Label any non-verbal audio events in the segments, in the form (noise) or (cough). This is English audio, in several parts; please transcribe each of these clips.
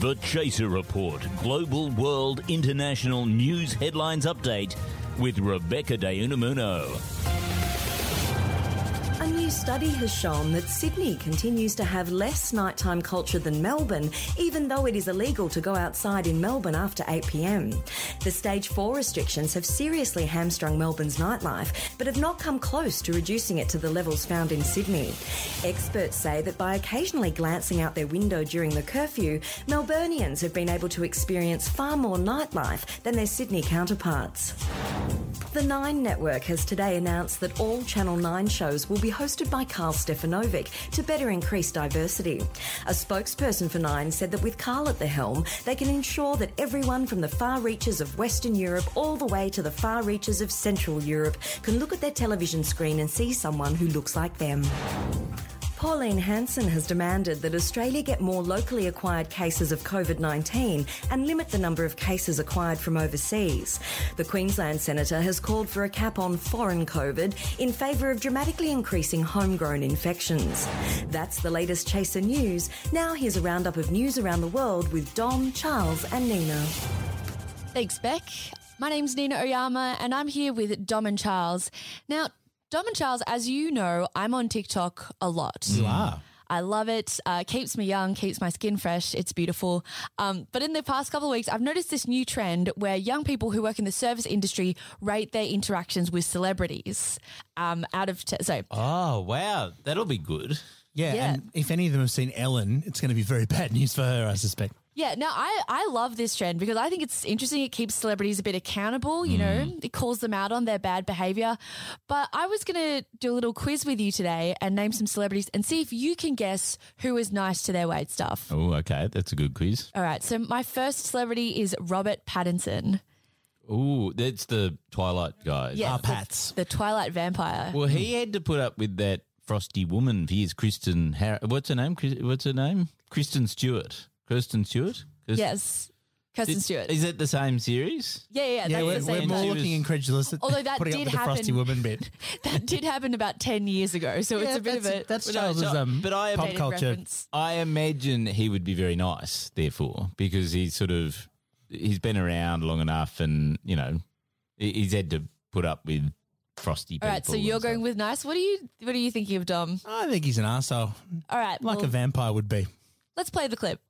The Chaser Report Global World International News Headlines Update with Rebecca De Unamuno. A new study has shown that Sydney continues to have less nighttime culture than Melbourne, even though it is illegal to go outside in Melbourne after 8 pm. The stage 4 restrictions have seriously hamstrung Melbourne's nightlife, but have not come close to reducing it to the levels found in Sydney. Experts say that by occasionally glancing out their window during the curfew, Melburnians have been able to experience far more nightlife than their Sydney counterparts. The Nine Network has today announced that all Channel 9 shows will be hosted by Carl Stefanovic to better increase diversity. A spokesperson for Nine said that with Carl at the helm, they can ensure that everyone from the far reaches of Western Europe all the way to the far reaches of Central Europe can look at their television screen and see someone who looks like them. Pauline Hanson has demanded that Australia get more locally acquired cases of COVID 19 and limit the number of cases acquired from overseas. The Queensland Senator has called for a cap on foreign COVID in favour of dramatically increasing homegrown infections. That's the latest Chaser News. Now here's a roundup of news around the world with Dom, Charles, and Nina. Thanks, Beck. My name's Nina Oyama, and I'm here with Dom and Charles. Now, Dom and Charles, as you know, I'm on TikTok a lot. You are. I love it. Uh, keeps me young, keeps my skin fresh. It's beautiful. Um, but in the past couple of weeks, I've noticed this new trend where young people who work in the service industry rate their interactions with celebrities um, out of t- so. Ah, Oh, wow. That'll be good. Yeah, Yeah. And if any of them have seen Ellen, it's going to be very bad news for her, I suspect. Yeah, no, I, I love this trend because I think it's interesting. It keeps celebrities a bit accountable, you Mm. know, it calls them out on their bad behavior. But I was going to do a little quiz with you today and name some celebrities and see if you can guess who was nice to their wait staff. Oh, okay. That's a good quiz. All right, so my first celebrity is Robert Pattinson, Oh, that's the Twilight guy. Yeah. Ah, Pats. the Twilight vampire. Well, he had to put up with that frosty woman for years. Kristen, Har- what's her name? Chris- What's her name? Kristen Stewart. Kristen Stewart. Kirst- Yes, Kirsten Did- Stewart. Is it the same series? yeah, yeah, Yeah, that's we're, the we're same more guy. She was- looking incredulous at Although that putting did up with the frosty happen. woman bit. (laughs) That did happen about 10 years ago, so it's a bit of that's, a That's But no, Charles's so- um, but I pop dated culture. reference. I imagine he would be very nice, therefore, because he's sort of he's been around long enough, and you know he- he's had to put up with frosty. All right, so people you're and going stuff. with nice. What are you what are you thinking of, Dom? I think he's an arsehole, All right. like well, a vampire would be. Let's play the clip.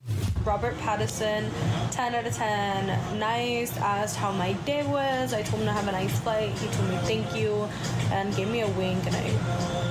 Robert Pattinson, 10 out of 10. Nice. Asked how my day was. I told him to have a nice flight. He told me thank you and gave me a wink. And I,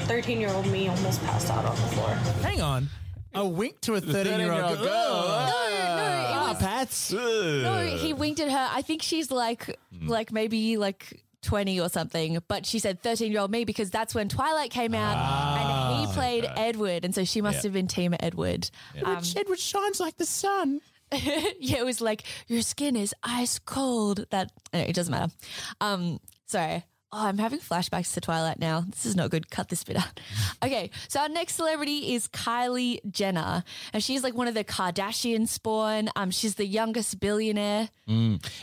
13 year old me, almost passed out on the floor. Hang on. A wink to a 13 year old 13-year-old girl. Oh, girl. No, no, it Ah. was- Pats. No, he winked at her. I think she's like Hmm. like maybe like 20 or something, but she said 13-year-old me because that's when Twilight came out Ah, and he played Edward and so she must Yeah. have been team Edward. Um, Edward shines like the sun. yeah, it was like your skin is ice cold. That anyway, it doesn't matter. Um, sorry. Oh, I'm having flashbacks to Twilight now. This is not good. Cut this bit out. Okay, so our next celebrity is Kylie Jenner, and she's like one of the Kardashian spawn. Um, she's the youngest billionaire.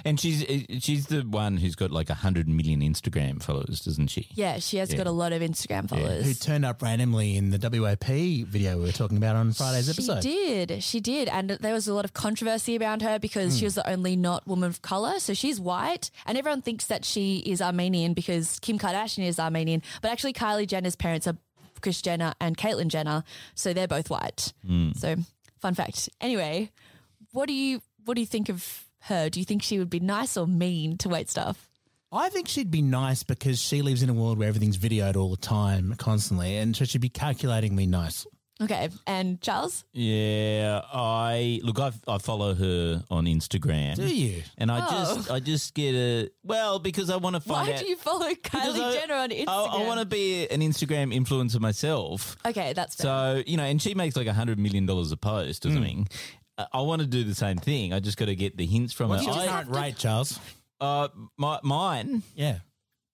and she's she's the one who's got like hundred million Instagram followers, doesn't she? Yeah, she has got a lot of Instagram followers. Who turned up randomly in the WAP video we were talking about on Friday's episode. She did. She did. And there was a lot of controversy around her because she was the only not woman of color. So she's white. And everyone thinks that she is Armenian because Kim Kardashian is Armenian. But actually, Kylie Jenner's parents are Kris Jenner and Caitlyn Jenner. So they're both white. So, fun fact. Anyway, what do you what do you think of her? Do you think she would be nice or mean to wait staff? I think she'd be nice because she lives in a world where everything's videoed all the time, constantly, and so she'd be calculatingly nice. Okay. And Charles? Yeah, I look. I I follow her on Instagram. Do you? And I Oh. just I just get a well because I want to find Why out. do you follow because Kylie I- Jenner on I- Instagram? I, want to be an Instagram influencer myself. Okay, that's fair. So you know, and she makes like a hundred million dollars a post or Hmm. something. I- I want to do the same thing. I just got to get the hints from What's her. your I, current rate, Charles? uh, my, mine. Yeah.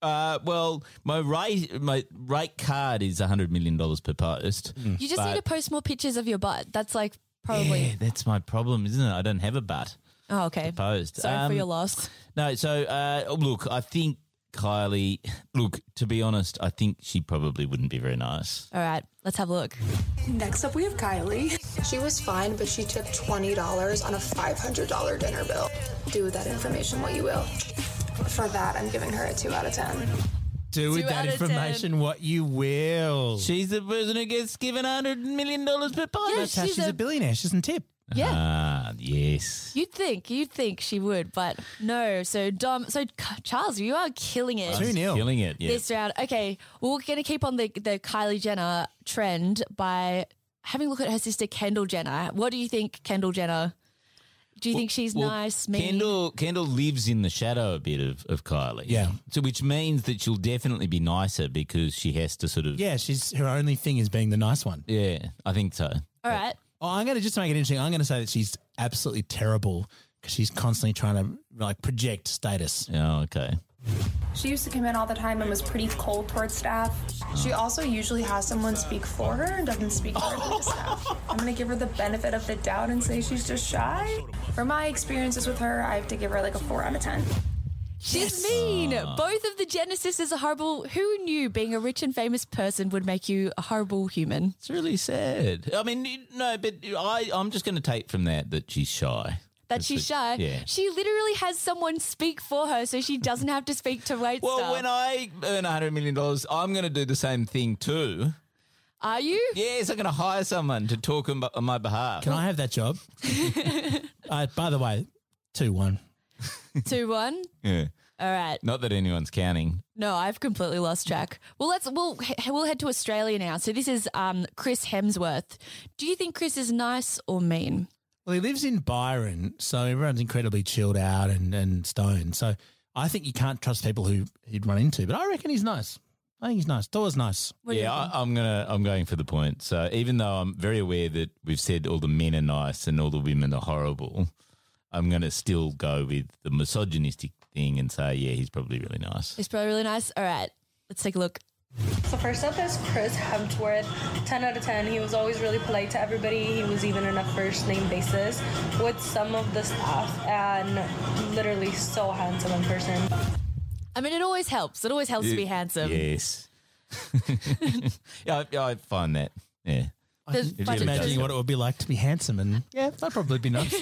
Uh, well, my rate my rate card is hundred million dollars per post. Hmm. you just but- need to post more pictures of your butt. That's like probably. Yeah, that's my problem, isn't it? I don't have a butt Oh, okay. post. Sorry Um, for your loss. No, so uh, oh, look, I think Kylie. Look, to be honest, I think she probably wouldn't be very nice. All right, let's have a look. Uh-huh. Next up, we have Kylie. She was fined, but she took $20 on a $500 dinner bill. Do with that information what you will. For that, I'm giving her a 2 out of 10. Do with Two that out of ten. information what you will. She's the person who gets given hundred million dollars per post. Yeah, That's how Oh, she's she's a- a, billionaire. She's in tip. Yeah. Ah, yes. You'd think, you'd think she would, but no. So Dom, so K- Charles, you are killing it Two nil. Killing it. Yeah. this round. Okay, well, we're gonna keep on the the Kylie Jenner trend by having a look at her sister Kendall Jenner. What do you think, Kendall Jenner? Do you think she's Well, nice, mean? Kendall Kendall lives in the shadow a bit of, of Kylie. Yeah. So which means that she'll definitely be nicer because she has to sort of Yeah, she's her only thing is being the nice one. Yeah, I think so. All right. Oh, I'm going to just to make it interesting. I'm going to say that she's absolutely terrible because she's constantly trying to like project status. Oh, okay. She used to come in all the time and was pretty cold towards staff. She also usually has someone speak for her and doesn't speak directly (laughs) to staff. I'm gonna give her the benefit of the doubt and say she's just shy. For my experiences with her, I have to give her like a 4 out of 10. She's mean. Ah. Both of the Jenner sisters are horrible. Who knew being a rich and famous person would make you a horrible human? It's really sad. I mean, no, but I, I'm just going to take from that that she's shy. That she's shy. Yeah. She literally has someone speak for her, so she doesn't have to speak to wait Well, when I earn $100 million, I'm going to do the same thing too. (laughs) Are you? Yes, I'm going to hire someone to talk on, on my behalf. Can I have (laughs) that job? uh, by the way, two one. Two one. Yeah. All right. Not that anyone's counting. No, I've completely lost track. Well, let's we'll he- we'll head to Australia now. So this is um, Chris Hemsworth. Do you think Chris is nice or mean? Well, he lives in Byron, so everyone's incredibly chilled out and, and stoned. So I think you can't trust people who he'd run into, but I reckon he's nice. I think he's nice. Thor's nice. What do you yeah, reckon? I, I'm gonna. I'm going for the point. So even though I'm very aware that we've said all the men are nice and all the women are horrible, I'm gonna still go with the misogynistic thing and say, yeah, he's probably really nice. It's probably really nice. All right, let's take a look. So first up is Chris Hemsworth, 10 out of 10. He was always really polite to everybody. He was even on a first name basis with some of the staff and literally so handsome in person. I mean, it always helps. It always helps to be handsome. Yes. (laughs) yeah, I, I find that. Yeah. I There's can- It just really imagining does. what it would be like to be handsome, and yeah, that'd probably (laughs) be nice.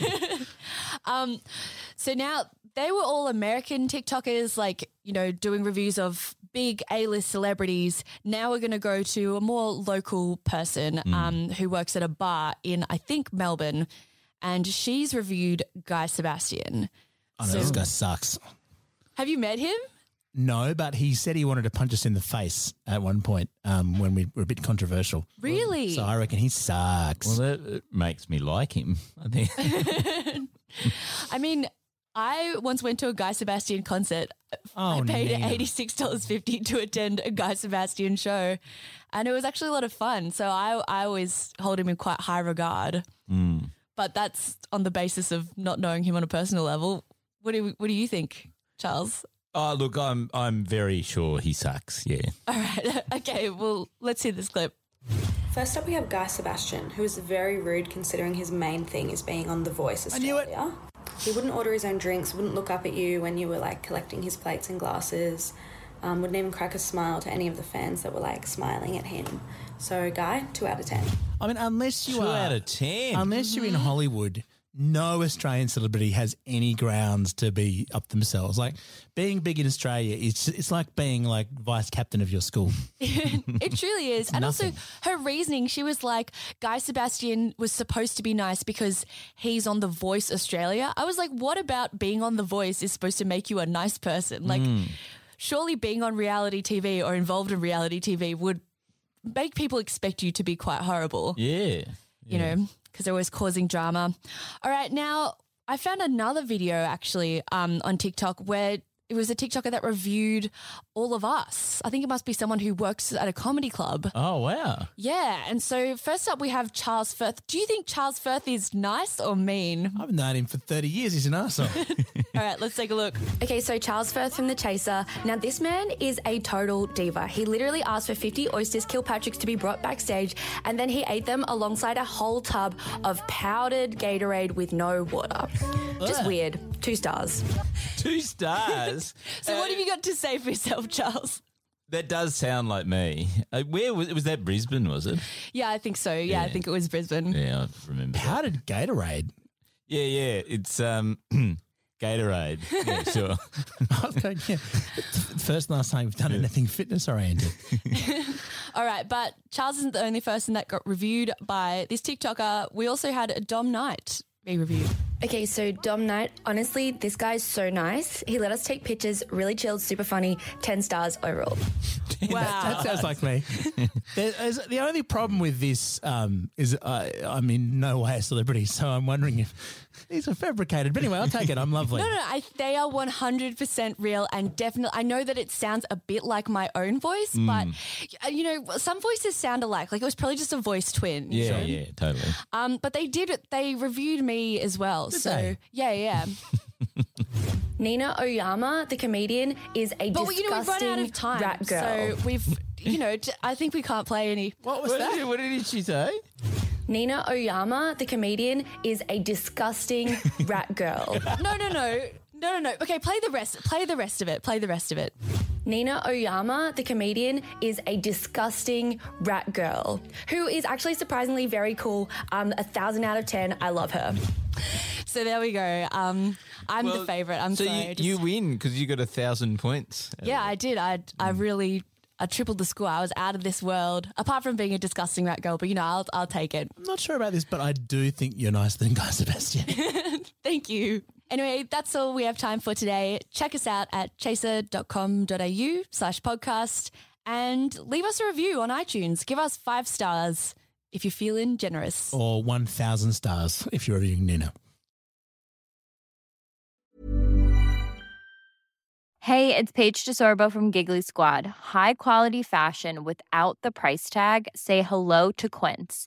So now they were all American TikTokers, like, you know, doing reviews of big A list celebrities. Now we're going to go to a more local person Hmm. um, who works at a bar in, I think, Melbourne. And she's reviewed Guy Sebastian. I know this guy sucks. Have you met him? No, but he said he wanted to punch us in the face at one point um, when we were a bit controversial. Really? So I reckon he sucks. Well, that uh, makes me like him. I think. (laughs) I mean, I once went to a Guy Sebastian concert. oh, I (laughs) paid Nina. $86.50 to attend a Guy Sebastian show. And it was actually a lot of fun. So I, I always hold him in quite high regard. But that's on the basis of not knowing him on a personal level. What do, what do you think, Charles? (laughs) oh, look, I'm I'm very sure he sucks. Yeah. All right. (laughs) Okay. Well, let's see this clip. First up, we have Guy Sebastian, who is very rude considering his main thing is being on The Voice Australia. knew it. He wouldn't order his own drinks, wouldn't look up at you when you were like collecting his plates and glasses, um, wouldn't even crack a smile to any of the fans that were like smiling at him. So, Guy, two out of ten. I mean, unless you Two are out of ten. unless you're in Mm-hmm. Hollywood, no Australian celebrity has any grounds to be up themselves. Like being big in Australia, it's it's like being like vice captain of (laughs) your school. (laughs) It truly is. and also, her reasoning, she was like, Guy Sebastian was supposed to be nice because he's on The Voice Australia. I was like, what about being on The Voice is supposed to make you a nice person? Like, surely being on reality TV or involved in reality TV would make people expect you to be quite horrible. Yeah. you know, because they're always causing drama. All right, now I found another video actually um, on TikTok where it was a TikToker that reviewed all of us. I think it must be someone who works at a comedy club. Oh, (laughs) wow. Yeah, and so first up we have Charles Firth. Do you think Charles Firth is nice or mean? I've known him for 30 years. He's (laughs) an arsehole. All right, let's take a look. Okay, so Charles Firth from The Chaser. Now, this man is a total diva. He literally asked for 50 oysters Kilpatrick's to be brought backstage, and then he ate them alongside a whole tub of powdered Gatorade with no water. Just Ugh. weird. Two stars. Two (laughs) stars. So what have you got to say for yourself, Charles? that does sound like me. Uh, where was, was that Brisbane, was it? Yeah, I think so. Yeah, I Yeah. think it was Brisbane. Yeah, I remember. How did Gatorade? Yeah, yeah. It's um, (clears throat) Gatorade. (laughs) Yeah, sure. Okay, yeah. First and last time we've done anything fitness oriented. All right, but Charles isn't the only person that got reviewed by this TikToker. We also had Dom Knight be reviewed. Okay, so Dom Knight, honestly, this guy's so nice. He let us take pictures, really chilled, super funny, 10 stars overall. Wow. Ah. that, that sounds like (laughs) me. There- there's- the only problem with this um, is I, I'm in no way a celebrity, so I'm wondering if these are fabricated. But anyway, I'll take it. I'm lovely. No, no, no, I, they are 100% real and definitely. I know that it sounds a bit like my own voice, Mm. but uh, you know, some voices sound alike. Like it was probably just a voice twin. Yeah, Sure. yeah, totally. Um, but they did. They reviewed me as well. Did so they? yeah, yeah. Nina Oyama, the comedian, is (laughs) a but you disgusting know, we've run out of time, rat girl. so we've. You know, j- I think we can't play any. What was What did- that? what did she say? Nina Oyama, the comedian, is a disgusting (laughs) rat girl. No, no, no. No, no, no. Okay, play the rest. Play the rest of it. Play the rest of it. Nina Oyama, the comedian, is a disgusting rat girl who is actually surprisingly very cool. Um, a thousand out of ten. I love her. So there we go. Um, I'm the Well, favorite. I'm so sorry. you, Just- you win because you got a thousand points. yeah, I did. I I really I tripled the score. I was out of this world. Apart from being a disgusting rat girl, but you know, I'll I'll take it. I'm not sure about this, but I do think you're nicer than Guy Sebastian. Thank you. Anyway, that's all we have time for today. Check us out at chaser.com.au slash podcast and leave us a review on iTunes. Give us five stars if you're feeling generous. or 1,000 stars if you're reviewing Nina. Hey, it's Paige DeSorbo from Giggly Squad. High quality fashion without the price tag. Say hello to Quince.